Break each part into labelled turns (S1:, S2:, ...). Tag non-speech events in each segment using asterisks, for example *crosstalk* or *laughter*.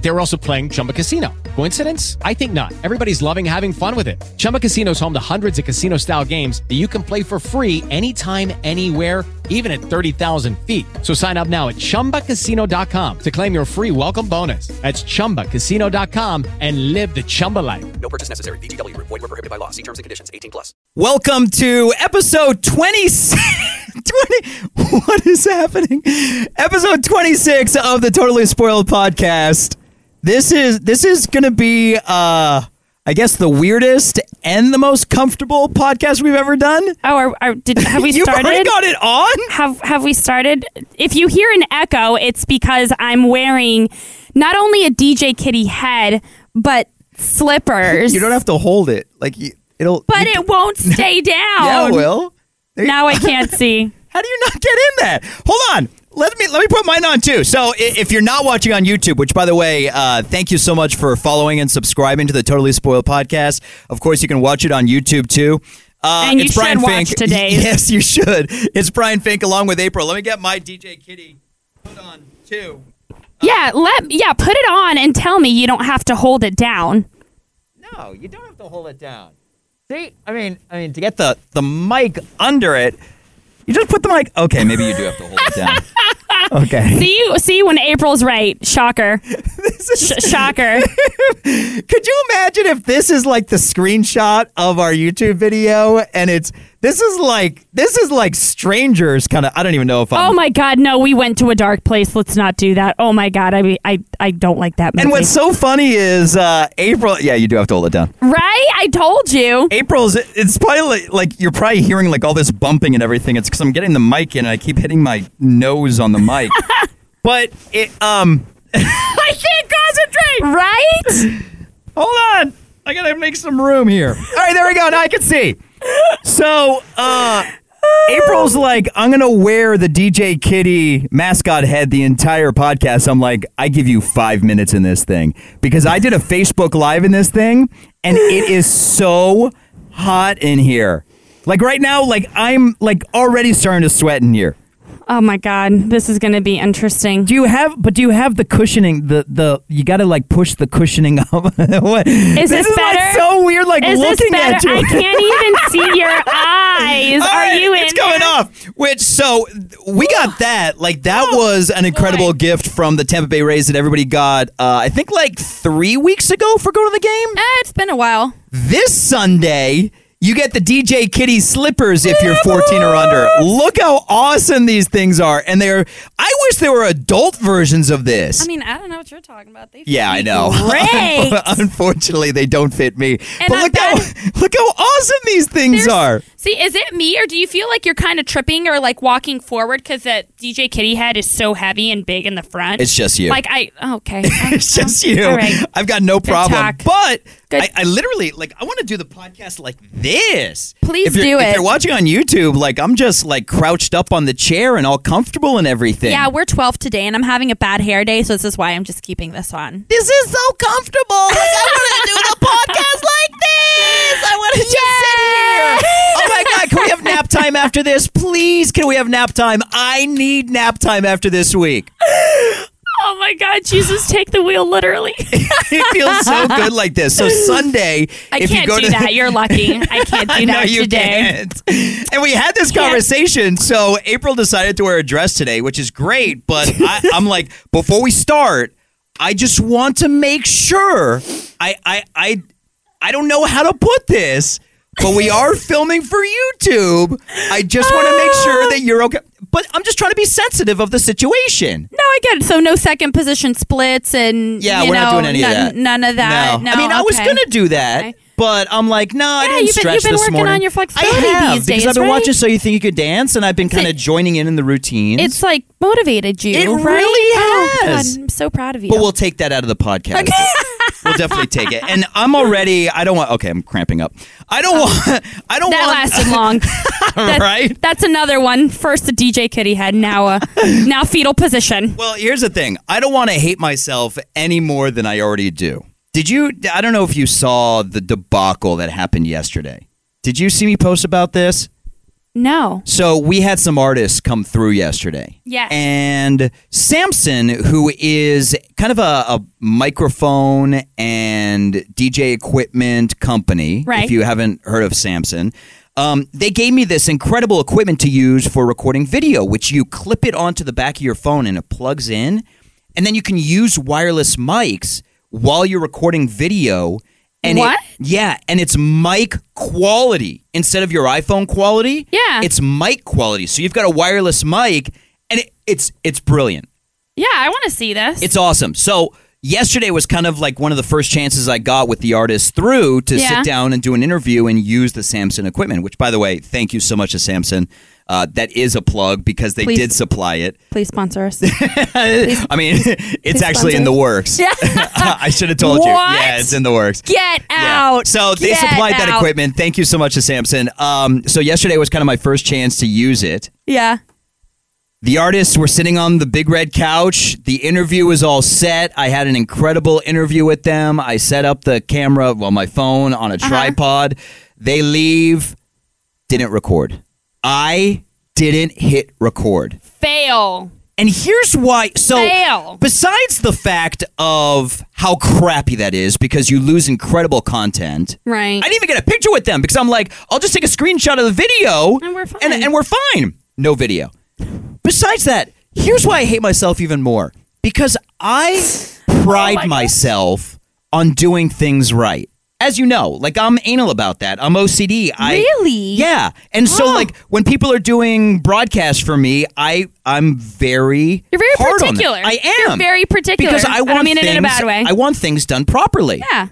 S1: They were also playing Chumba Casino. Coincidence? I think not. Everybody's loving having fun with it. Chumba Casino is home to hundreds of casino style games that you can play for free anytime, anywhere even at 30,000 feet. So sign up now at ChumbaCasino.com to claim your free welcome bonus. That's ChumbaCasino.com and live the Chumba life.
S2: No purchase necessary. VGW Group. Void were prohibited by law. See terms and conditions. 18 plus.
S3: Welcome to episode 26. *laughs* 20, what is happening? Episode 26 of the Totally Spoiled podcast. This is this is going to be uh I guess the weirdest and the most comfortable podcast we've ever done.
S4: Oh, are, are,
S3: *laughs*
S4: did, have we
S3: You've already
S4: started?
S3: got it on?
S4: Have have we started? If you hear an echo, it's because I'm wearing not only a DJ Kitty head, but slippers.
S3: You don't have to hold it. Like you, it'll
S4: but
S3: you, *laughs*
S4: it won't stay down.
S3: Yeah, it will. There you-
S4: Now
S3: *laughs*
S4: I can't see.
S3: How do you not get in that? Hold on. Let me let me put mine on too. So i- if you're not watching on YouTube, which by the way, uh, thank you so much for following and subscribing to the Totally Spoiled podcast. Of course, you can watch it on YouTube too. Uh,
S4: And you
S3: it's
S4: should
S3: Brian
S4: watch
S3: Fink. *laughs*
S4: today's.
S3: Yes, you should. It's Brian Fink along with April. Let me get my DJ Kitty put on too.
S4: Yeah, let yeah, put it on and tell me you don't have to hold it down.
S3: No, you don't have to hold it down. See, I mean, I mean, to get the the mic under it, you just put the mic. Okay, maybe you do have to hold it down.
S4: *laughs*
S3: Okay. *laughs*
S4: See see when April's right. Shocker.
S3: *laughs*
S4: Sh- shocker.
S3: Could you imagine if this is like the screenshot of our YouTube video and it's this is like this is like strangers kind of I don't even know if I'm
S4: Oh my god, no, we went to a dark place. Let's not do that. Oh my god, I I I don't like that movie.
S3: And what's so funny is uh April yeah, you do have to hold it down.
S4: right? I told you.
S3: April's it's probably like, like you're probably hearing like all this bumping and everything. It's cuz I'm getting the mic in and I keep hitting my nose on the
S4: *laughs*
S3: mic. but it um
S4: *laughs* I can't
S3: *laughs*
S4: concentrate. Right?
S3: Hold on. I gotta make some room here. *laughs* All right, there we go. Now I can see. So, uh, April's like, I'm gonna wear the DJ Kitty mascot head the entire podcast. I'm like, I give you five minutes in this thing because I did a Facebook live in this thing, and it is so hot in here. Like right now, like I'm like already starting to sweat in here.
S4: Oh my god, this is going to be interesting.
S3: Do you have? But do you have the cushioning? The the you got to like push the cushioning up. *laughs* what?
S4: Is this,
S3: like,
S4: better?
S3: so weird. Like
S4: is
S3: looking
S4: this better?
S3: at you. *laughs*
S4: I can't even see your eyes.
S3: All
S4: Are
S3: right,
S4: you in?
S3: It's coming off. Which so we got that. Like that was an incredible gift from the Tampa Bay Rays that everybody got. Uh, I think like three weeks ago for going to the game.
S4: Uh, it's been a while.
S3: This Sunday. You get the DJ Kitty slippers if you're 14 or under. Look how awesome these things are, and they're. I wish there were adult versions of this.
S4: I mean, I don't know what you're talking about. They
S3: Yeah, I
S4: feel
S3: know. *laughs*
S4: Great.
S3: Unfortunately, they don't fit me. but
S4: I
S3: look how *laughs*
S4: bet-
S3: look how awesome these things are.
S4: See, is it me or do you feel like you're kind of tripping or like walking forward because that DJ Kitty head is so heavy and big in the front?
S3: It's just you.
S4: like I
S3: *laughs*
S4: oh, okay.
S3: it's just you.
S4: um, all right.
S3: I've got no problem.
S4: talk.
S3: But
S4: Good.
S3: I, I literally like I want to do the podcast like this.
S4: Please
S3: if you're,
S4: do
S3: If
S4: it.
S3: you're watching on YouTube, like I'm just like crouched up on the chair and all comfortable and everything.
S4: yeah, we're 12 today, and I'm having a bad hair day, so this is why I'm just keeping this on.
S3: This is so comfortable. Like, I want to do the podcast like this. I want to just sit here. *laughs* Oh my god, can we have nap time after this? Please, can we have nap time? I need nap time after this week.
S4: Oh my God, Jesus, take the wheel literally.
S3: It feels so good like this. So Sunday,
S4: *laughs* I
S3: if
S4: can't
S3: you go
S4: do
S3: to
S4: that.
S3: *laughs*
S4: You're lucky. I can't do that
S3: no, you
S4: today.
S3: can't. And we had this conversation. So April decided to wear a dress today, which is great. But I, I'm like, before we start, I just want to make sure. I, I, I, I don't know how to put this, but we are filming for YouTube. I just want to make sure that you're okay. But I'm just trying to be sensitive of the situation.
S4: No, I get it. So no second position splits and
S3: Yeah,
S4: you
S3: we're not
S4: know,
S3: doing any of
S4: none,
S3: that.
S4: None of that. No,
S3: I mean, I was
S4: okay.
S3: gonna do that,
S4: Okay.
S3: but I'm like, no, I
S4: Yeah,
S3: didn't
S4: you've been-
S3: stretch
S4: you've been
S3: this
S4: working
S3: morning.
S4: on your flexibility
S3: I have
S4: these
S3: because
S4: days,
S3: I've been
S4: right?
S3: watching So You Think You Could Dance, and I've been kind of joining in in the routines.
S4: It's like motivated you.
S3: It
S4: right?
S3: really
S4: Oh,
S3: has.
S4: God, I'm so proud of you.
S3: but we'll take that out of the podcast. *laughs* we'll definitely take it. And I'm already. I don't want. Okay, I'm cramping up. I don't want. *laughs* I don't
S4: Oh. that
S3: want.
S4: lasted
S3: *laughs*
S4: long. That-
S3: right.
S4: That's another one. First the DJ kitty head,
S3: *laughs*
S4: now uh, now fetal position.
S3: Well, here's the thing. I don't want to hate myself any more than I already do. Did you? I don't know if you saw the debacle that happened yesterday. Did you see me post about this?
S4: No.
S3: So we had some artists come through yesterday.
S4: Yes.
S3: And Samson, who is kind of a, a microphone and DJ equipment company,
S4: Right.
S3: if you haven't heard of Samson, um, they gave me this incredible equipment to use for recording video, which you clip it onto the back of your phone and it plugs in. And then you can use wireless mics while you're recording video. And it-
S4: What?
S3: yeah, and it's mic quality instead of your iPhone quality.
S4: Yeah.
S3: it's mic quality. So you've got a wireless mic, and it, it's it's brilliant.
S4: Yeah, I want to see this.
S3: It's awesome. So yesterday was kind of like one of the first chances I got with the artist through to
S4: Yeah.
S3: sit down and do an interview and use the Samson equipment. Which, by the way, thank you so much to Samson. Uh, that is a plug because they
S4: Please.
S3: did supply it.
S4: Please
S3: *laughs*
S4: sponsor us.
S3: I mean, *laughs* it's actually in
S4: sponsor.
S3: the works. *laughs* I should have told you.
S4: *laughs* What?
S3: Yeah, it's in the works.
S4: Get
S3: Yeah.
S4: out.
S3: So they
S4: Get
S3: supplied that
S4: out.
S3: equipment. Thank you so much to Samson. Um, so yesterday was kind of my first chance to use it.
S4: Yeah.
S3: The artists were sitting on the big red couch. The interview was all set. I had an incredible interview with them. I set up the camera, well, my phone on a
S4: Uh-huh.
S3: tripod. They leave, didn't record. I didn't hit record.
S4: Fail.
S3: And here's why. So,
S4: Fail.
S3: besides the fact of how crappy that is because you lose incredible content,
S4: Right.
S3: I didn't even get a picture with them because I'm like, I'll just take a screenshot of the video
S4: And we're fine.
S3: And, and we're fine. No video. Besides that, here's why I hate myself even more because
S4: *sighs*
S3: I
S4: Oh
S3: pride myself on doing things right. As you know, like I'm anal about that. I'm OCD. I,
S4: Really?
S3: Yeah. And so,
S4: Oh.
S3: like when people are doing broadcasts for me, I I'm very
S4: You're very
S3: hard on them.
S4: particular.
S3: I am
S4: You're very particular.
S3: because
S4: I
S3: I
S4: don't
S3: want
S4: mean it
S3: things,
S4: in a bad way.
S3: I want things done properly.
S4: yeah.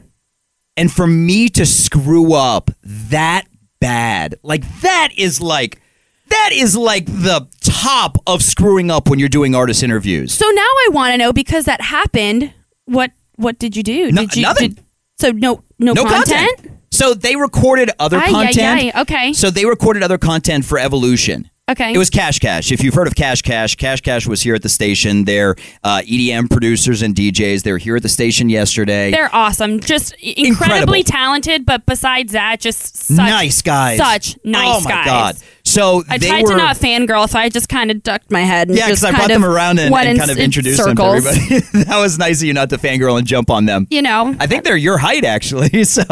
S3: And for me to screw up that bad, like that is like that is like the top of screwing up when you're doing artist interviews.
S4: So now I want to know because that happened. What What did you do?
S3: No-
S4: did you,
S3: nothing.
S4: Did, so no no,
S3: No content. So they recorded other
S4: Ay, ay,
S3: content.
S4: ay. Okay.
S3: So they recorded other content for Evolution.
S4: Okay.
S3: It was Cash Cash. If you've heard of Cash Cash, Cash Cash was here at the station. They're uh, EDM producers and DJs. They were here at the station yesterday.
S4: They're awesome. Just
S3: Incredible.
S4: incredibly talented. But besides that, just such,
S3: nice guys.
S4: Such
S3: Oh
S4: nice
S3: my
S4: guys.
S3: god. So
S4: I
S3: they
S4: tried
S3: were
S4: to not fangirl, so I just kind of ducked my head. And
S3: Yeah, because
S4: because
S3: I brought them around and, and kind of introduced
S4: circles.
S3: them to everybody. *laughs* that was nice of you not to fangirl and jump on them.
S4: You know,
S3: *laughs* I think they're your height, actually. *laughs* So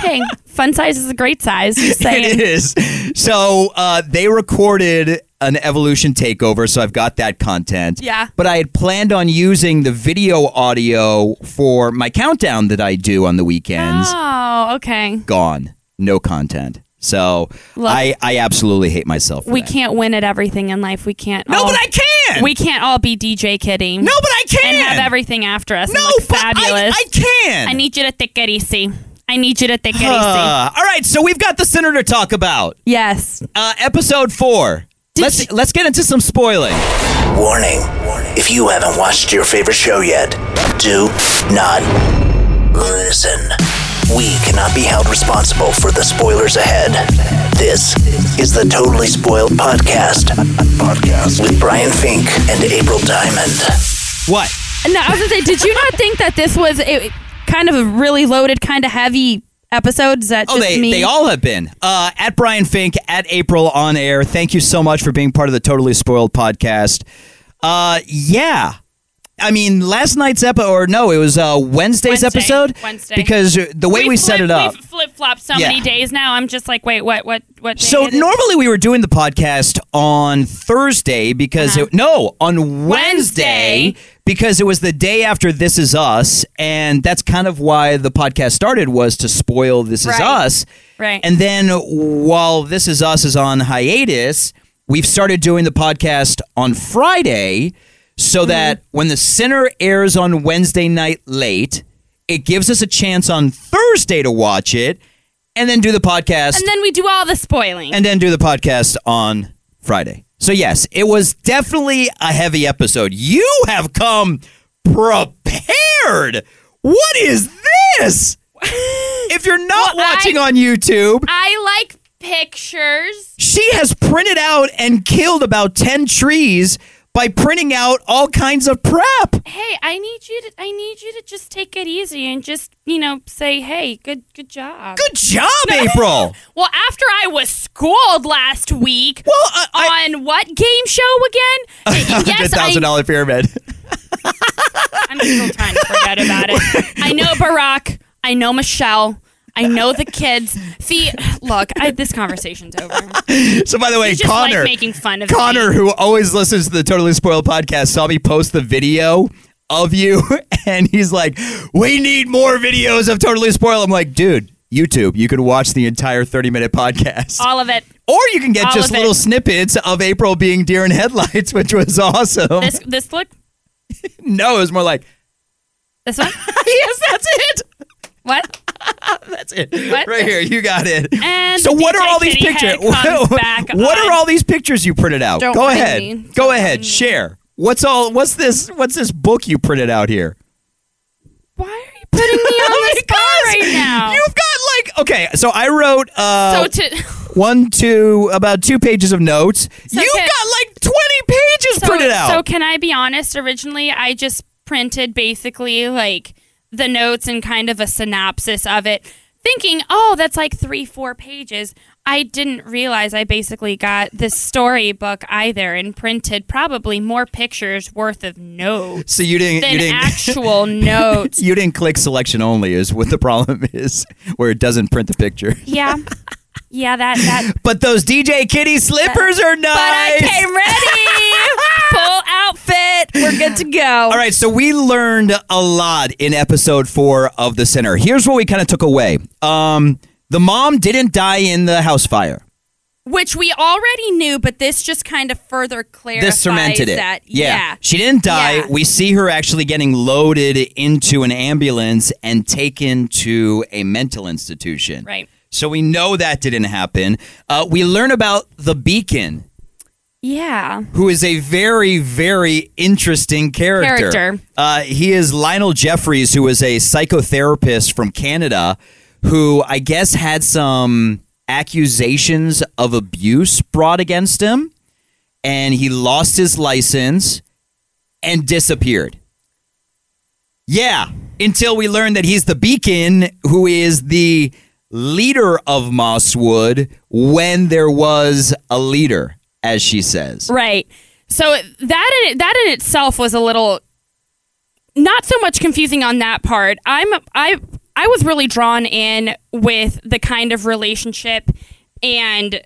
S4: hey, fun size is a great size.
S3: *laughs*
S4: Just
S3: it
S4: saying.
S3: is. So uh, they recorded an evolution takeover, so I've got that content.
S4: Yeah.
S3: But I had planned on using the video audio for my countdown that I do on the weekends.
S4: Oh, okay.
S3: Gone. No content. So
S4: Look.
S3: I, I absolutely hate myself. for
S4: We
S3: that.
S4: can't win at everything in life. We can't.
S3: No,
S4: all,
S3: but I can.
S4: We can't all be DJ kidding.
S3: No, but I can.
S4: And have everything after us.
S3: No,
S4: and look
S3: but I-
S4: fabulous.
S3: I, can.
S4: I need you to take it easy. I need you to take it easy.
S3: Uh, all right, so we've got the senator to talk about
S4: Yes.
S3: uh, episode four. let's let's get into some spoiling.
S5: Warning. If you haven't watched your favorite show yet, do not listen. We cannot be held responsible for the spoilers ahead. This is the Totally Spoiled Podcast. Podcast with Brian Fink and April Diamond.
S3: What?
S4: No, I was gonna say, did you not think that this was a, kind of a really loaded, kind of heavy episode? Is that
S3: Oh,
S4: just
S3: they
S4: me?
S3: they all have been uh, at Brian Fink at April on air. Thank you so much for being part of the Totally Spoiled podcast. Uh, yeah. I mean, last night's episode, or no, it was uh, Wednesday's
S4: Wednesday.
S3: episode.
S4: Wednesday.
S3: Because the way we, set it up.
S4: flip flop so
S3: Yeah.
S4: many days now. I'm just like, wait, what, what, what? day
S3: So
S4: it is?
S3: normally we were doing the podcast on Thursday because it, no, on Wednesday,
S4: Uh-huh. Wednesday.
S3: because it was the day after This Is Us, and that's kind of why the podcast started was to spoil This Is
S4: Right.
S3: Us.
S4: Right.
S3: And then while This Is Us is on hiatus, we've started doing the podcast on Friday so
S4: Mm-hmm.
S3: that when the center airs on Wednesday night late, it gives us a chance on Thursday to watch it and then do the podcast
S4: and then we do all the spoiling.
S3: and then do the podcast on Friday. So yes, it was definitely a heavy episode. You have come prepared. What is
S4: *laughs*
S3: this? If you're not
S4: Well, I-
S3: watching on YouTube,
S4: I like pictures.
S3: she has printed out and killed about 10 trees by printing out all kinds of prep.
S4: Hey, I need you to I need you to just take it easy and just, you know, say, "Hey, good good job."
S3: Good job, April.
S4: Well, after I was schooled last week
S3: Well, I- I-
S4: on what game show
S3: *laughs*
S4: again? Oh, yes,
S3: $100,000
S4: I,
S3: pyramid. *laughs*
S4: I'm still trying to forget about it. I
S3: *laughs*
S4: know Barack. I know Michelle. I know the kids. See, look, I, this conversation's over.
S3: So by the way,
S4: You just
S3: Connor,
S4: like making fun of
S3: Connor,
S4: me.
S3: who always listens to the Totally Spoiled podcast, saw me post the video of you, *laughs* and he's like, "We need more videos of Totally Spoiled." I'm like, "Dude, YouTube, you could watch the entire 30 minute podcast,
S4: All of it.
S3: or you can get
S4: all
S3: just
S4: of it.
S3: little snippets of April being deer in headlights, *laughs* which was awesome."
S4: This this look.
S3: no, it was more like,
S4: This one.
S3: *laughs* "Yes, that's it."
S4: What?
S3: That's it.
S4: What?
S3: Right here. You got it.
S4: And
S3: so
S4: the
S3: what are
S4: DJ
S3: all these
S4: kitty
S3: pictures?
S4: head
S3: *laughs* What,
S4: comes back
S3: are
S4: on.
S3: all these pictures you printed out?
S4: Don't
S3: Go
S4: mind
S3: ahead.
S4: me.
S3: Go
S4: Don't
S3: ahead.
S4: mind me.
S3: Share. What's all what's this what's this book you printed out here?
S4: Why are you putting me
S3: Oh *laughs*
S4: on the spot right now?
S3: You've got like okay, so I wrote uh
S4: so to
S3: one, two about two pages of notes.
S4: So
S3: You've
S4: can-
S3: got like twenty pages
S4: so,
S3: printed out.
S4: so can I be honest? Originally, I just printed basically like the notes and kind of a synopsis of it, thinking, oh, that's like three, four pages. I didn't realize I basically got this storybook either and printed probably more pictures worth of notes
S3: So *laughs* you didn't you
S4: than
S3: didn't
S4: actual
S3: *laughs*
S4: notes.
S3: you didn't click selection only is what the problem *laughs* is, where it doesn't print the picture.
S4: Yeah. Yeah, that that
S3: But those DJ Kitty slippers are nice.
S4: But I came
S3: *laughs*
S4: ready. Full outfit. We're good to
S3: All
S4: go.
S3: right, so we learned a lot in episode four of The Sinner. Here's what we kind of took away um, the mom didn't die in the house fire.
S4: Which we already knew, but this just kind of further clarifies
S3: This cemented it.
S4: that. Yeah.
S3: She didn't die.
S4: Yeah.
S3: We see her actually getting loaded into an ambulance and taken to a mental institution.
S4: Right.
S3: So we know that didn't happen. Uh, we learn about the beacon
S4: Yeah.
S3: who is a very, very interesting character.
S4: Character.
S3: Uh, he is Lionel Jeffries, who is a psychotherapist from Canada, who I guess had some accusations of abuse brought against him, and he lost his license and disappeared. Yeah, until we learn that he's the beacon who is the leader of Mosswood when there was a leader, as she says.
S4: Right. So that in that in itself was a little not so much confusing on that part. I'm I I was really drawn in with the kind of relationship and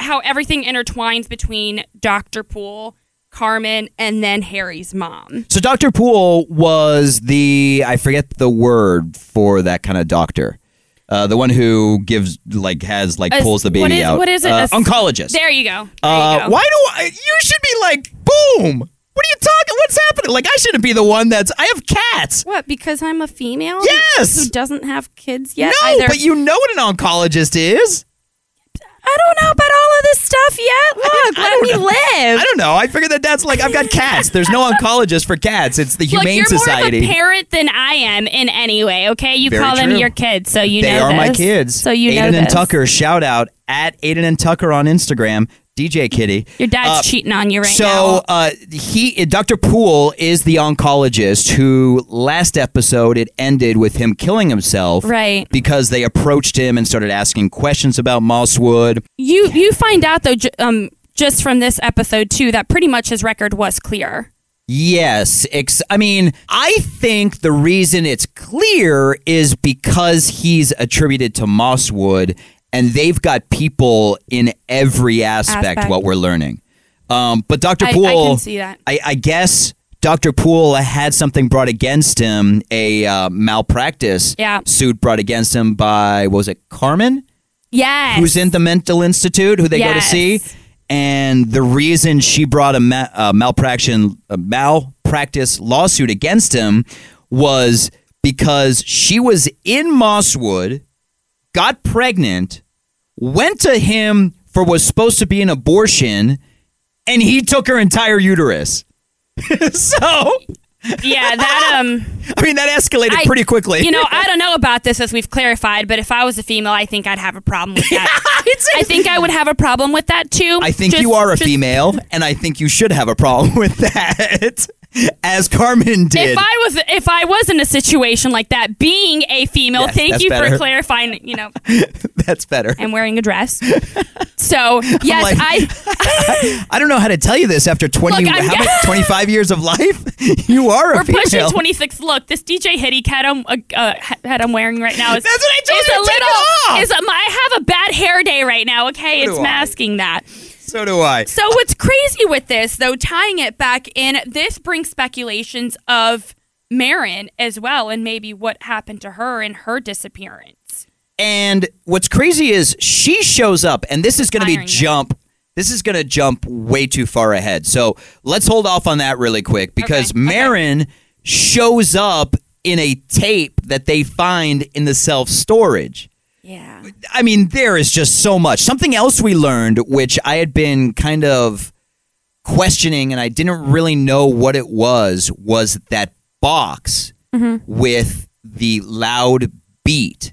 S4: how everything intertwines between Dr. Poole, Carmen, and then Harry's mom.
S3: So Dr. Poole was the I forget the word for that kind of doctor. Uh, the one who gives like has like
S4: A-
S3: pulls the baby
S4: what is-
S3: out.
S4: what is it?
S3: Uh,
S4: A s-
S3: oncologist.
S4: There you go. There you
S3: uh,
S4: go.
S3: why do I you should be like boom? What are you talking? What's happening? Like I shouldn't be the one that's I have cats.
S4: What? Because I'm a female?
S3: Yes!
S4: Who doesn't have kids yet?
S3: no,
S4: either.
S3: but you know what an oncologist is.
S4: I don't know about all of this stuff yet. Look, let me
S3: I
S4: live.
S3: don't know. I figured that that's like I've got cats. There's
S4: *laughs*
S3: no oncologist for cats. It's the
S4: Look,
S3: humane
S4: you're
S3: society.
S4: more of a parent than I am in any way. Okay, you
S3: Very
S4: call them
S3: true.
S4: your kids, so you
S3: they
S4: know
S3: are my
S4: this.
S3: kids.
S4: So you
S3: Aiden
S4: know
S3: and
S4: this.
S3: Tucker. Shout out at Aiden and Tucker on Instagram. DJ Kitty.
S4: Your dad's
S3: Uh,
S4: cheating on you right
S3: so
S4: now.
S3: uh, he, Dr. Poole, is the oncologist who last episode it ended with him killing himself,
S4: Right.
S3: Because they approached him and started asking questions about Mosswood.
S4: You you find out though, ju- um, just from this episode too, that pretty much his record was clear.
S3: Yes, ex- I mean, I think the reason it's clear is because he's attributed to Mosswood, and they've got people in every aspect.
S4: Aspect.
S3: What we're learning, um, but Doctor
S4: I- I
S3: Poole,
S4: can see that.
S3: I, I guess Dr. Poole had something brought against him, a uh, malpractice
S4: Yeah.
S3: suit brought against him by, what was it Carmen?
S4: Yes.
S3: Who's in the mental institute, who they go to
S4: Yes.
S3: see. And the reason she brought a, ma- a, malpractice, a malpractice lawsuit against him was because she was in Mosswood, got pregnant, went to him for what was supposed to be an abortion, and he took her entire uterus. *laughs* so
S4: yeah, that um,
S3: I mean, that escalated
S4: I-
S3: pretty quickly.
S4: You know,
S3: *laughs*
S4: I don't know about this as we've clarified, but if I was a female, I think I'd have a problem with
S3: *laughs*
S4: that. I think I would have a problem with that too.
S3: I think
S4: Just-
S3: you are a
S4: just-
S3: female, and I think you should have a problem *laughs* with that, as Carmen did.
S4: If I was if I was in a situation like that, being a female,
S3: Yes,
S4: thank
S3: that's
S4: you
S3: better.
S4: for clarifying. You know,
S3: That's better.
S4: I'm wearing
S3: *laughs*
S4: a dress, so yes,
S3: like- *laughs*
S4: I.
S3: I don't know how to tell you this after 20,
S4: Look, I'm *laughs*
S3: how
S4: g-
S3: much, 25 years of life. *laughs* You are a
S4: We're
S3: female.
S4: pushing 26. Look, this DJ Hitty hat I'm, uh, uh, hat I'm wearing right now is
S3: That's what I told
S4: is
S3: you
S4: a
S3: to take
S4: little
S3: it off!
S4: is a, I have a bad hair day right now. Okay,
S3: So
S4: it's
S3: do I.
S4: masking that.
S3: So do I.
S4: So what's crazy with this, though, tying it back in, this brings speculations of Marin as well, and maybe what happened to her and her disappearance.
S3: And what's crazy is she shows up, and this is going to be
S4: Firing them.
S3: jump. This is going to jump way too far ahead. So let's hold off on that really quick because
S4: Okay, okay.
S3: Marin shows up in a tape that they find in the self storage.
S4: Yeah.
S3: I mean, there is just so much. Something else we learned, which I had been kind of questioning and I didn't really know what it was, was that box
S4: Mm-hmm.
S3: with the loud beat.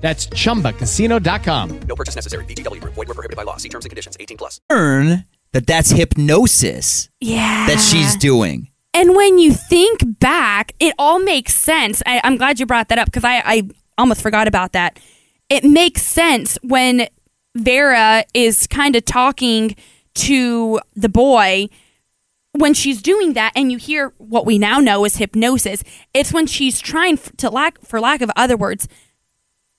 S1: That's chumbacasino.com.
S2: No purchase necessary. VGW Group. Void were prohibited by law. See terms and conditions. 18 plus.
S3: that that's hypnosis
S4: Yeah.
S3: that she's doing.
S4: And when you think back, it all makes sense. I, I'm glad you brought that up because I, I almost forgot about that. It makes sense when Vera is kind of talking to the boy when she's doing that, and you hear what we now know is hypnosis. It's when she's trying f- to lack, for lack of other words,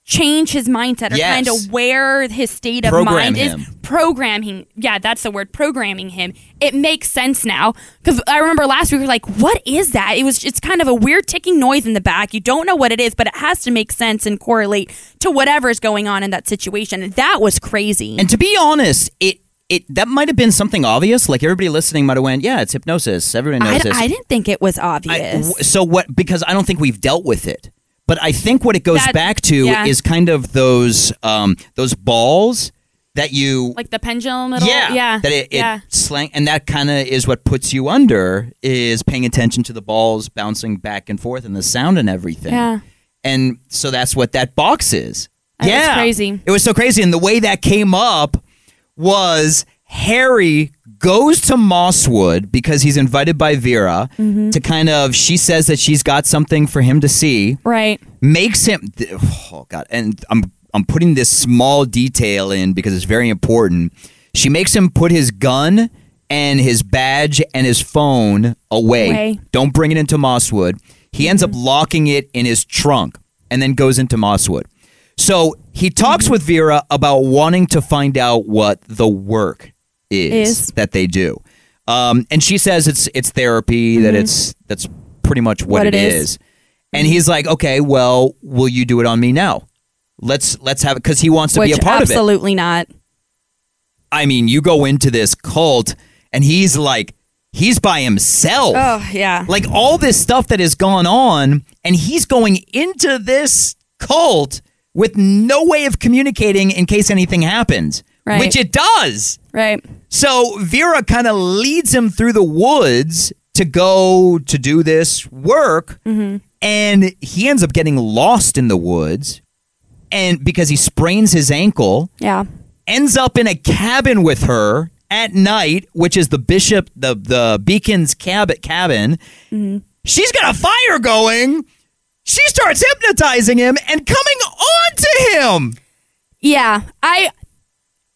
S4: change his mindset or
S3: Yes.
S4: kind of where his state of
S3: Program
S4: mind
S3: him.
S4: is programming yeah that's the word programming him it makes sense now because i remember last week we were like what is that it was it's kind of a weird ticking noise in the back you don't know what it is but it has to make sense and correlate to whatever is going on in that situation And that was crazy
S3: And to be honest, it it that might have been something obvious. Like everybody listening might have went, "Yeah, it's hypnosis. Everybody knows
S4: I,
S3: this."
S4: I didn't think it was
S3: I-
S4: obvious
S3: w- so what? Because I don't think we've dealt with it. But I think what it goes
S4: That-
S3: back to
S4: yeah.
S3: is kind of those um, those balls that you
S4: like the pendulum at all?
S3: yeah
S4: yeah
S3: that it, it
S4: yeah
S3: slang and that kind of is what puts you under is paying attention to the balls bouncing back and forth and the sound and everything
S4: Yeah.
S3: and so that's what that box is
S4: That was
S3: yeah
S4: crazy.
S3: it was so crazy and the way that came up was Harry goes to Mosswood because he's invited by Vera
S4: Mm-hmm.
S3: to kind of she says that she's got something for him to see
S4: right
S3: makes him th- oh god and i'm i'm putting this small detail in because it's very important she makes him put his gun and his badge and his phone away
S4: Away. Mm-hmm.
S3: don't bring it into mosswood he ends up locking it in his trunk and then goes into mosswood so he talks
S4: Mm-hmm.
S3: with vera about wanting to find out what the work is,
S4: Is.
S3: that they do um, and she says it's it's therapy that
S4: Mm-hmm.
S3: it's that's pretty much what, it is. And he's like, okay, well, will you do it on me now? Let's let's have it because he wants to
S4: which
S3: be a part of it.
S4: absolutely not
S3: I mean, you go into this cult, and he's like, he's by himself.
S4: oh yeah
S3: Like all this stuff that has gone on, and he's going into this cult with no way of communicating in case anything happens,
S4: Right.
S3: which it does.
S4: right
S3: So Vera kind of leads him through the woods to go to do this work.
S4: Mm-hmm.
S3: And he ends up getting lost in the woods. And because he sprains his ankle,
S4: yeah
S3: ends up in a cabin with her at night, which is the bishop, the, the beacon's cab- cabin.
S4: Mm-hmm.
S3: She's got a fire going. She starts hypnotizing him and coming on to him.
S4: Yeah, I.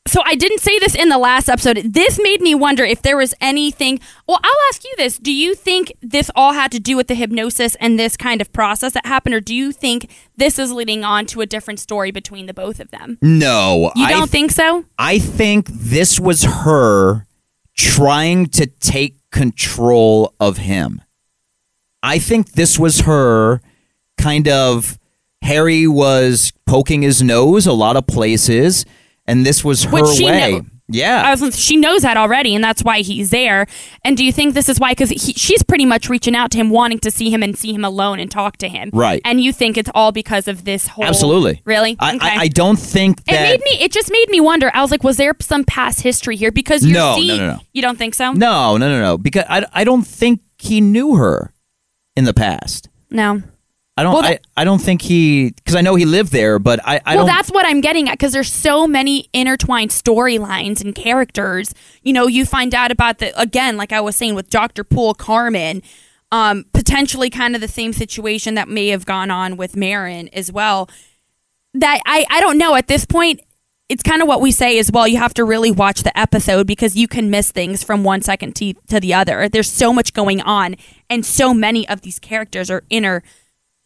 S4: So I didn't say this in the last episode. This made me wonder if there was anything. Well, I'll ask you this: Do you think this all had to do with the hypnosis and this kind of process that happened, or do you think this is leading on to a different story between the both of them?
S3: No,
S4: You
S3: I
S4: don't think so?
S3: I think this was her trying to take control of him. I think this was her kind of Harry was poking his nose a lot of places, and this was her
S4: Which she
S3: way.
S4: knew.
S3: yeah,
S4: I was, she knows that already, and that's why he's there. And do you think this is why? Because she's pretty much reaching out to him, wanting to see him and see him alone and talk to him.
S3: Right.
S4: And you think it's all because of this whole.
S3: absolutely.
S4: Really?
S3: I,
S4: Oh, Okay.
S3: I, I don't think
S4: it
S3: that.
S4: made me. It just made me wonder. I was like, was there some past history here? Because you
S3: No, no,
S4: see,
S3: no, no.
S4: you don't think so.
S3: no, no, no, no. Because I, I don't think he knew her in the past.
S4: No.
S3: I don't.
S4: Well,
S3: I,
S4: that-
S3: I don't think he because I know he lived there, but I. I
S4: well,
S3: don't,
S4: that's what I'm getting at because there's so many intertwined storylines and characters. You know, you find out about the again, like I was saying with Doctor Poole, Carmen, um, potentially kind of the same situation that may have gone on with Marin as well. That I I don't know at this point. It's kind of what we say as well. You have to really watch the episode because you can miss things from one second to, to the other. There's so much going on, and so many of these characters are inter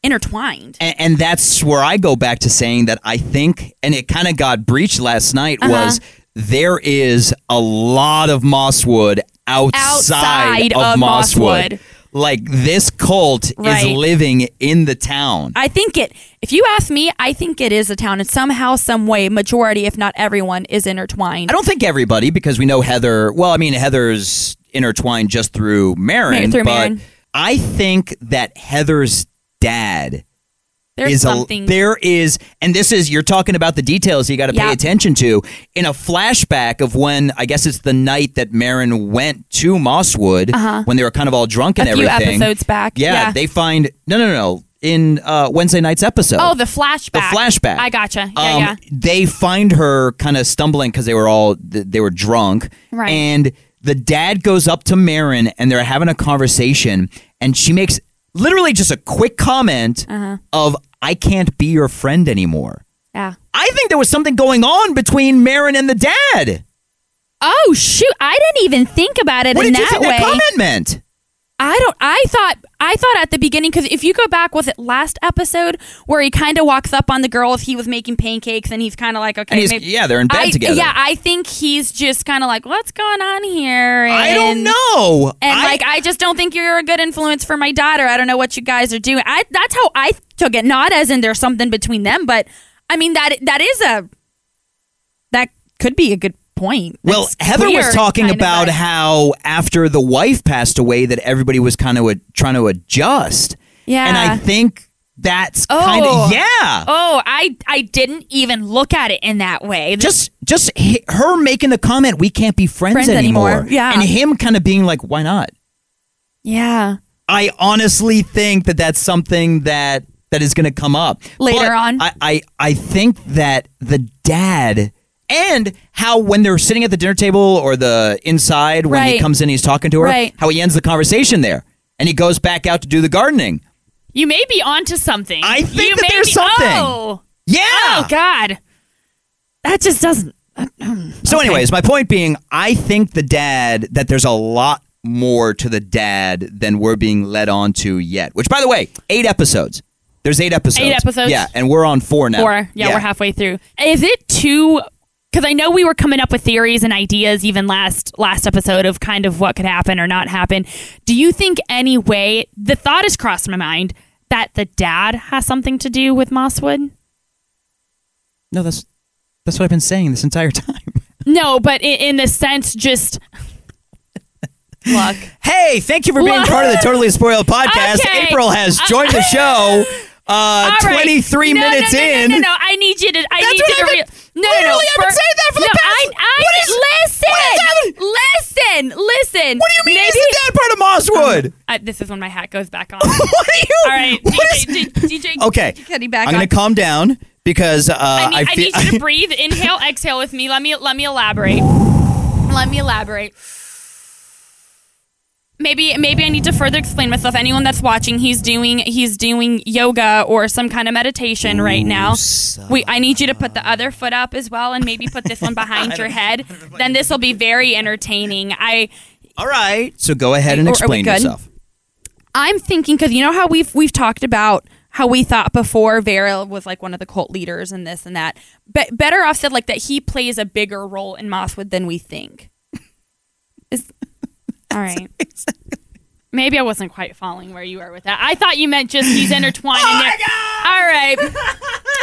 S4: intertwined.
S3: and, and that's where I go back to saying that I think, and it kind of got breached last night,
S4: Uh-huh.
S3: was there is a lot of Mosswood outside,
S4: Outside
S3: of,
S4: of
S3: Mosswood.
S4: Mosswood.
S3: Like this cult is
S4: Right.
S3: living in the town.
S4: I think it. If you ask me, I think it is a town, and somehow, some way, majority, if not everyone, is intertwined.
S3: I don't think everybody, because we know Heather. Well, I mean Heather's intertwined just through Marin,
S4: Ma- through
S3: but
S4: Marin.
S3: I think that Heather's dad
S4: There's
S3: is
S4: something.
S3: a there is, and this is you're talking about the details you got to pay
S4: Yeah.
S3: attention to in a flashback of when I guess it's the night that Marin went to Mosswood when they were kind of all drunk
S4: Uh-huh. a
S3: and
S4: few
S3: everything.
S4: episodes back.
S3: yeah, they find no, no, no in uh, Wednesday night's episode.
S4: oh, the flashback.
S3: The flashback.
S4: I gotcha. Yeah,
S3: Um,
S4: yeah.
S3: They find her kind of stumbling because they were all th- they were drunk,
S4: Right.
S3: And the dad goes up to Marin and they're having a conversation, and she makes literally just a quick comment
S4: Uh-huh.
S3: of "I can't be your friend anymore."
S4: Yeah.
S3: I think there was something going on between Marin and the dad.
S4: Oh shoot! I didn't even think about it
S3: What
S4: in
S3: did you
S4: that
S3: think
S4: way.
S3: that comment meant?
S4: I don't. I thought. I thought at the beginning because if you go back, was it last episode where he kind of walks up on the girl if he was making pancakes and he's kind of like, okay,
S3: And he's,
S4: maybe-
S3: yeah, they're in bed
S4: I,
S3: together.
S4: Yeah, I think he's just kind of like, what's going on here?
S3: I don't
S4: And-
S3: know.
S4: And
S3: I-
S4: like, I just don't think you're a good influence for my daughter. I don't know what you guys are doing. I that's how I took it. Not as in there's something between them, but I mean that that is a that could be a good point.
S3: Well,
S4: It's
S3: Heather was
S4: weird,
S3: talking
S4: kind of,
S3: about
S4: but-
S3: how after the wife passed away, that everybody was kind of a, trying to adjust.
S4: Yeah.
S3: and I think that's
S4: Oh.
S3: kind of yeah.
S4: Oh, I I didn't even look at it in that way.
S3: Just just hi- her making the comment, "We can't be friends,
S4: Friends anymore." Yeah.
S3: and him kind of being like, "Why not?"
S4: yeah.
S3: I honestly think that that's something that that is going to come up
S4: Later
S3: But
S4: on.
S3: I, I I think that the dad and how when they're sitting at the dinner table or the inside when he
S4: Right.
S3: comes in, and he's talking to her.
S4: Right.
S3: How he ends the conversation there, and he goes back out to do the gardening.
S4: You may be onto something.
S3: I think
S4: you
S3: that
S4: may
S3: there's
S4: be-
S3: something.
S4: Oh,
S3: Yeah.
S4: oh God, that just doesn't.
S3: So, anyways, my point being, I think the dad that there's a lot more to the dad than we're being led on to yet. Which, by the way, eight episodes. There's eight episodes.
S4: Eight episodes?
S3: Yeah, and we're on four now.
S4: Or yeah, we're halfway through. Is it too? Because I know we were coming up with theories and ideas even last last episode of kind of what could happen or not happen. Do you think any way the thought has crossed my mind that the dad has something to do with Mosswood?
S3: No, that's that's what I've been saying this entire *laughs* time.
S4: No, but in, in the
S3: *laughs*
S4: sense, just look.
S3: Hey, thank you for being
S4: What?
S3: part of the Totally Spoiled podcast.
S4: Okay. Uh,
S3: April has joined
S4: *laughs*
S3: the show. Uh,
S4: All right.
S3: 23
S4: No, no,
S3: minutes
S4: no, no,
S3: in.
S4: No, no, no, I need you to.
S3: That's
S4: I need
S3: what
S4: you to.
S3: I've been-
S4: Re- no, no, no.
S3: literally, I've been saying that for the
S4: no,
S3: past-
S4: I, I, listen, listen, listen.
S3: What do you mean
S4: Maybe,
S3: it's the dad part of Mosswood? *laughs*
S4: I, this is when my hat goes back on.
S3: what are you?
S4: All right,
S3: what is-
S4: DJ,
S3: *laughs*
S4: DJ,
S3: okay.
S4: Cutty back
S3: I'm going
S4: on.
S3: to calm down because uh,
S4: I need, I
S3: feel.
S4: need
S3: *laughs*
S4: you to breathe, inhale, exhale with me. Let me let me elaborate. Let me elaborate. Maybe maybe I need to further explain myself. Anyone that's watching, he's doing he's doing yoga or some kind of meditation right now. We I need you to put the other foot up as well, and maybe put
S3: *laughs*
S4: this one behind your head. Then this will be very entertaining. I
S3: All right. So go ahead and
S4: Are- are we
S3: explain
S4: good?
S3: yourself.
S4: I'm thinking because you know how we've we've talked about how we thought before Vera was like one of the cult leaders and this and that. But better off said like that he plays a bigger role *laughs* in Mosswood than we think. Is all right. Maybe I wasn't quite following where you were with that. I thought you meant just he's intertwined. *laughs* oh my God! All *laughs* right.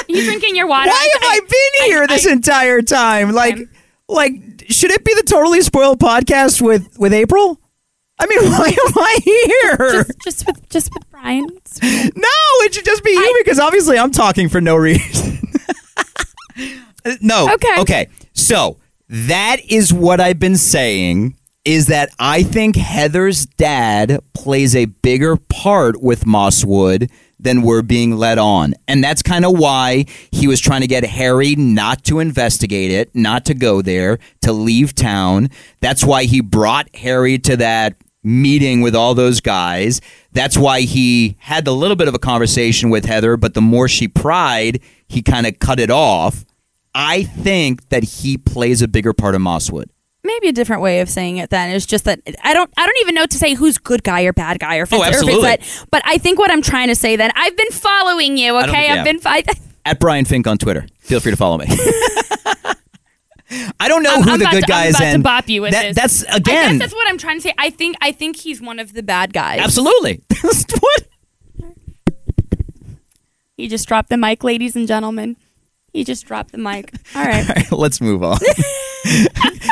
S4: You drinking your water?
S3: Why have I been here this
S4: I-
S3: entire time? Like,
S4: I'm-
S3: like, should it be the totally spoiled podcast with with April? I mean, *laughs* why am I here?
S4: Just, just with just with Brian.
S3: no, it should just be you because obviously I'm talking for no reason. no.
S4: Okay.
S3: Okay. So that is what I've been saying is that I think Heather's dad plays a bigger part with Mosswood than we're being led on. And that's kind of why he was trying to get Harry not to investigate it, not to go there, to leave town. That's why he brought Harry to that meeting with all those guys. That's why he had a little bit of a conversation with Heather, but the more she pried, he kind of cut it off. I think that he plays a bigger part of Mosswood.
S6: Maybe a different way of saying it then is just that I don't I don't even know to say who's good guy or bad guy or if
S3: Oh,
S6: it's, or if it's
S3: absolutely.
S6: that. But I think what I'm trying to say then I've been following you.
S3: don't
S6: Okay,
S3: think-
S6: I've
S3: yeah.
S6: been. fi- *laughs*
S3: At Brian Fink on Twitter. Feel free to follow me. *laughs* I don't know
S4: I'm-
S3: who
S4: I'm
S3: the
S4: about
S3: good
S4: to- I'm
S3: guys
S4: about to
S3: and
S4: bop you with
S3: that, that's
S4: this. I guess
S3: again
S4: that's what I'm trying to say. I think I think he's one of the
S6: bad guys.
S3: absolutely *laughs* what
S4: He just dropped the mic, ladies and gentlemen. He just dropped the mic.
S3: *laughs*
S4: All right.
S3: let's move
S4: *laughs*
S3: on.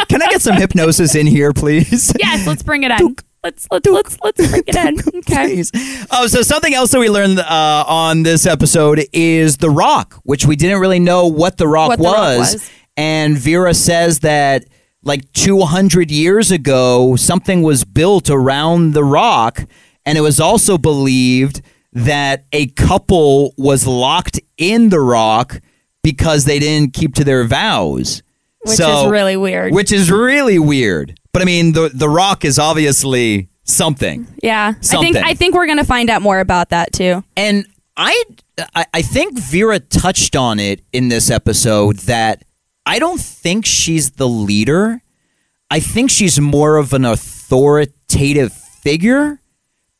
S3: Can I get some hypnosis in here, please?
S4: yes, let's bring it in. Let's let's let's let's bring
S3: *laughs*
S4: it in. Okay.
S3: Please. Oh, so something else that we learned uh, on this episode is The Rock, which we didn't really know what The Rock,
S6: What The
S3: was.
S6: Rock was.
S3: And Vera says that like 200 years ago, something was built around The Rock. And it was also believed that a couple was locked in The Rock because they didn't keep to their vows.
S4: Which
S3: So-
S4: is really weird.
S3: Which is really weird. But I mean, The, the Rock is obviously something.
S6: Yeah,
S3: Something.
S6: I think I think we're gonna find out more about that too.
S3: And I, I I think Vera touched on it in this episode that I don't think she's the leader. I think she's more of an authoritative figure.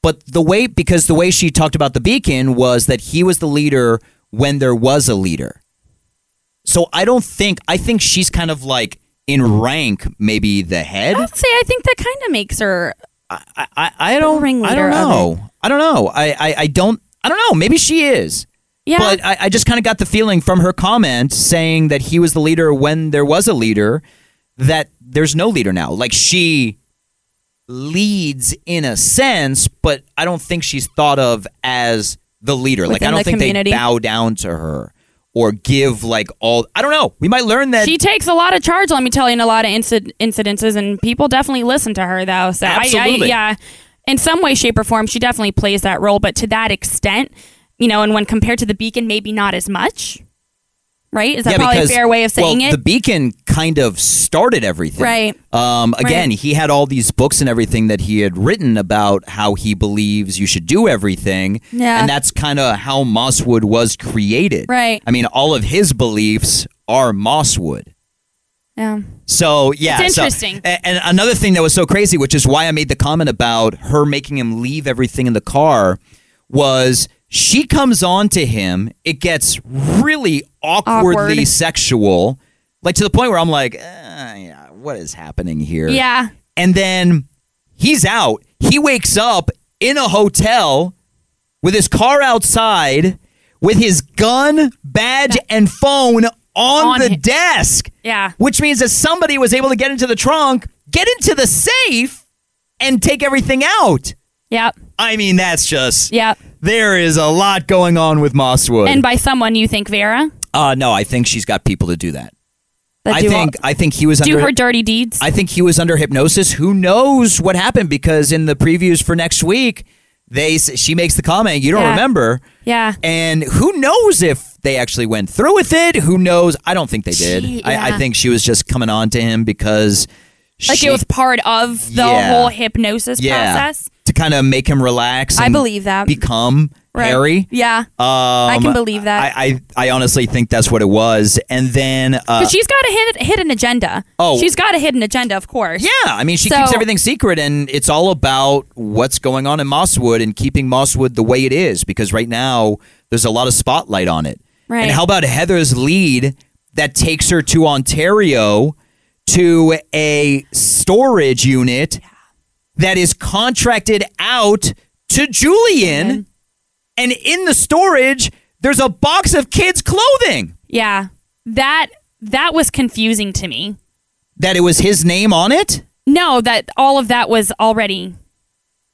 S3: But the way because the way she talked about the beacon was that he was the leader when there was a leader. So I don't think I think she's kind of like in rank, maybe the head.
S4: Oh.
S6: I'd say I think that kind of makes her.
S3: I, I, I don't I
S6: ringleader
S3: don't
S6: of
S3: know. I don't know. I, I, I don't I don't know. Maybe she is.
S6: Yeah.
S3: But I, I just kind of got the feeling from her comment saying that he was the leader when there was a leader that there's no leader now. Like she leads in a sense, but I don't think she's thought of as the leader. like
S6: Within
S3: I don't
S6: the
S3: think
S6: community.
S3: they bow down to her or give like all I don't know. We might learn that
S4: she takes a lot of charge, let me tell you, in a lot of inci- incidences, and people definitely listen to her, though. So, I- I,
S3: Absolutely.
S4: yeah, in some way, shape, or form, she definitely plays that role, but to that extent, you know, and when compared to the Beacon, maybe not as much, right? Is that probably a fair way of saying
S3: well,
S4: it?
S3: The Beacon kind of started everything.
S6: Right.
S3: Um, again, he had all these books and everything that he had written about how he believes you should do everything.
S6: Yeah.
S3: And that's kind of how Mosswood was created.
S6: Right.
S3: I mean, all of his beliefs are Mosswood.
S6: Yeah.
S3: So yeah,
S4: It's
S3: so-
S4: interesting.
S3: a- and another thing that was so crazy, which is why I made the comment about her making him leave everything in the car, was she comes on to him. It gets really awkwardly
S6: Awkward.
S3: sexual, like to the point where I'm like, uh, yeah, what is happening here?
S4: yeah.
S3: And then he's out. He wakes up in a hotel with his car outside, with his gun, badge, and phone on,
S4: On
S3: the
S4: hi-
S3: desk.
S4: Yeah.
S3: Which means that somebody was able to get into the trunk, get into the safe, and take everything out.
S4: Yep.
S3: I mean, that's just.
S4: Yep.
S3: There is a lot going on with Mosswood.
S4: And by someone, you think Vera?
S3: uh, no, I think she's got people to do that.
S6: That
S3: I
S6: do all-
S3: think I think he was
S4: Uh, Do
S3: under
S4: her dirty deeds?
S3: I think he was under hypnosis. Who knows what happened? Because in the previews for next week, they s- she makes the comment, "You don't
S4: Yeah.
S3: remember,"
S4: yeah.
S3: and who knows if they actually went through with it? Who knows? I don't think they did.
S4: She-
S3: I, I
S4: yeah.
S3: think she was just coming on to him because
S4: Like
S3: she,
S4: it was part of the
S3: Yeah.
S4: whole hypnosis
S3: yeah
S4: process?
S3: to kind of make him relax.
S6: I
S3: and
S6: believe that.
S3: become
S6: Right.
S3: Harry.
S6: Yeah.
S3: I
S6: can believe that.
S3: I, I I honestly think that's what it was. And then uh,
S4: Because she's got a hid- hidden agenda.
S3: Oh.
S4: She's got a hidden agenda, of course.
S3: Yeah, I mean, she
S4: So-
S3: keeps everything secret, and it's all about what's going on in Mosswood and keeping Mosswood the way it is because right now there's a lot of spotlight on it.
S4: Right.
S3: And how about Heather's lead that takes her to Ontario to a storage unit that is contracted out to Julian. And in the storage, there's a box of kids' clothing
S4: Yeah. That that was confusing to me.
S3: that it was his name on it.
S4: No, that all of that was already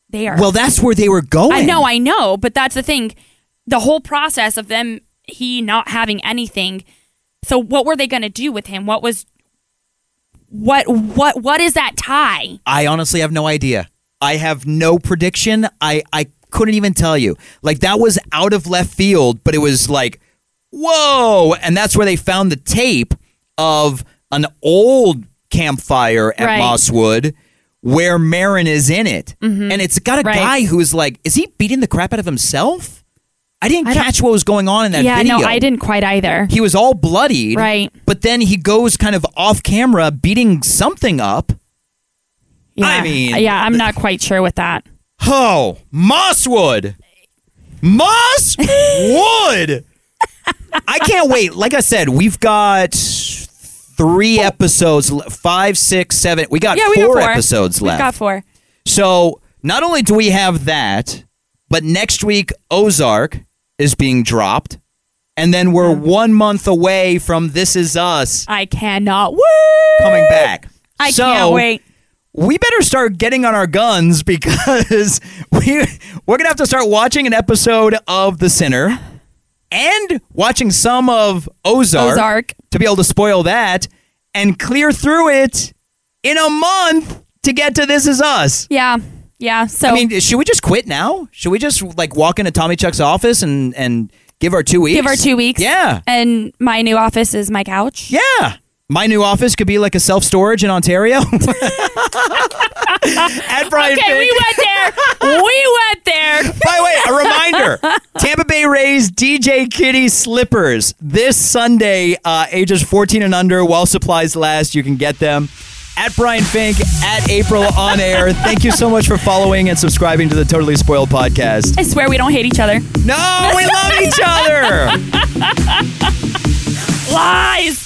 S4: there.
S3: Well, that's where they were going.
S4: I know, I know, but that's the thing. The whole process of them he not having anything. So what were they going to do with him? What was what what what is that tie?
S3: I honestly have no idea. I have no prediction. I I couldn't even tell you. Like that was out of left field, but it was like, whoa! And that's where they found the tape of an old campfire at
S4: Right.
S3: Mosswood where Marin is in it, and it's got a
S4: Mm-hmm. Right.
S3: guy who is like, is he beating the crap out of himself? I didn't
S4: I don't-
S3: catch what was going on in that
S4: yeah,
S3: video.
S4: no, I didn't quite either.
S3: He was all bloodied,
S4: Right.
S3: But then he goes kind of off camera, beating something up.
S4: yeah.
S3: I mean-
S4: yeah, I'm not quite sure with that.
S3: Oh, Mosswood.
S4: *laughs*
S3: Mosswood. I can't wait. Like I said, we've got three episodes, le- five, six, seven. We got,
S4: Yeah, we
S3: four,
S4: got four
S3: episodes
S4: We've
S3: left.
S4: got four.
S3: so not only do we have that, but next week Ozark is being dropped. And then we're one month away from This Is Us
S4: I cannot. Woo!
S3: coming back.
S6: I
S3: So,
S6: can't wait.
S3: we better start getting on our guns because *laughs* we we're gonna have to start watching an episode of The Sinner and watching some of Ozark,
S4: Ozark.
S3: to be able to spoil that and clear through it in a month to get to This Is Us.
S4: Yeah. Yeah. So
S3: I mean, should we just quit now? Should we just like walk into Tommy Chuck's office and and give our two weeks?
S4: give her 2 weeks.
S3: Yeah,
S4: And my new office is my couch.
S3: yeah. My new office could be like a self storage in Ontario. *laughs* At Brian
S4: Okay,
S3: Fink.
S4: we went
S3: *laughs*
S4: there. we went there.
S3: By the way, a reminder Tampa Bay Rays DJ Kitty Slippers. This Sunday, uh, ages 14 and under, while supplies last, you can get them. At Brian Fink, at April on air. Thank you so much for following and subscribing to the Totally Spoiled podcast.
S4: I swear we don't hate each other.
S3: No, we love each other.
S4: Lies.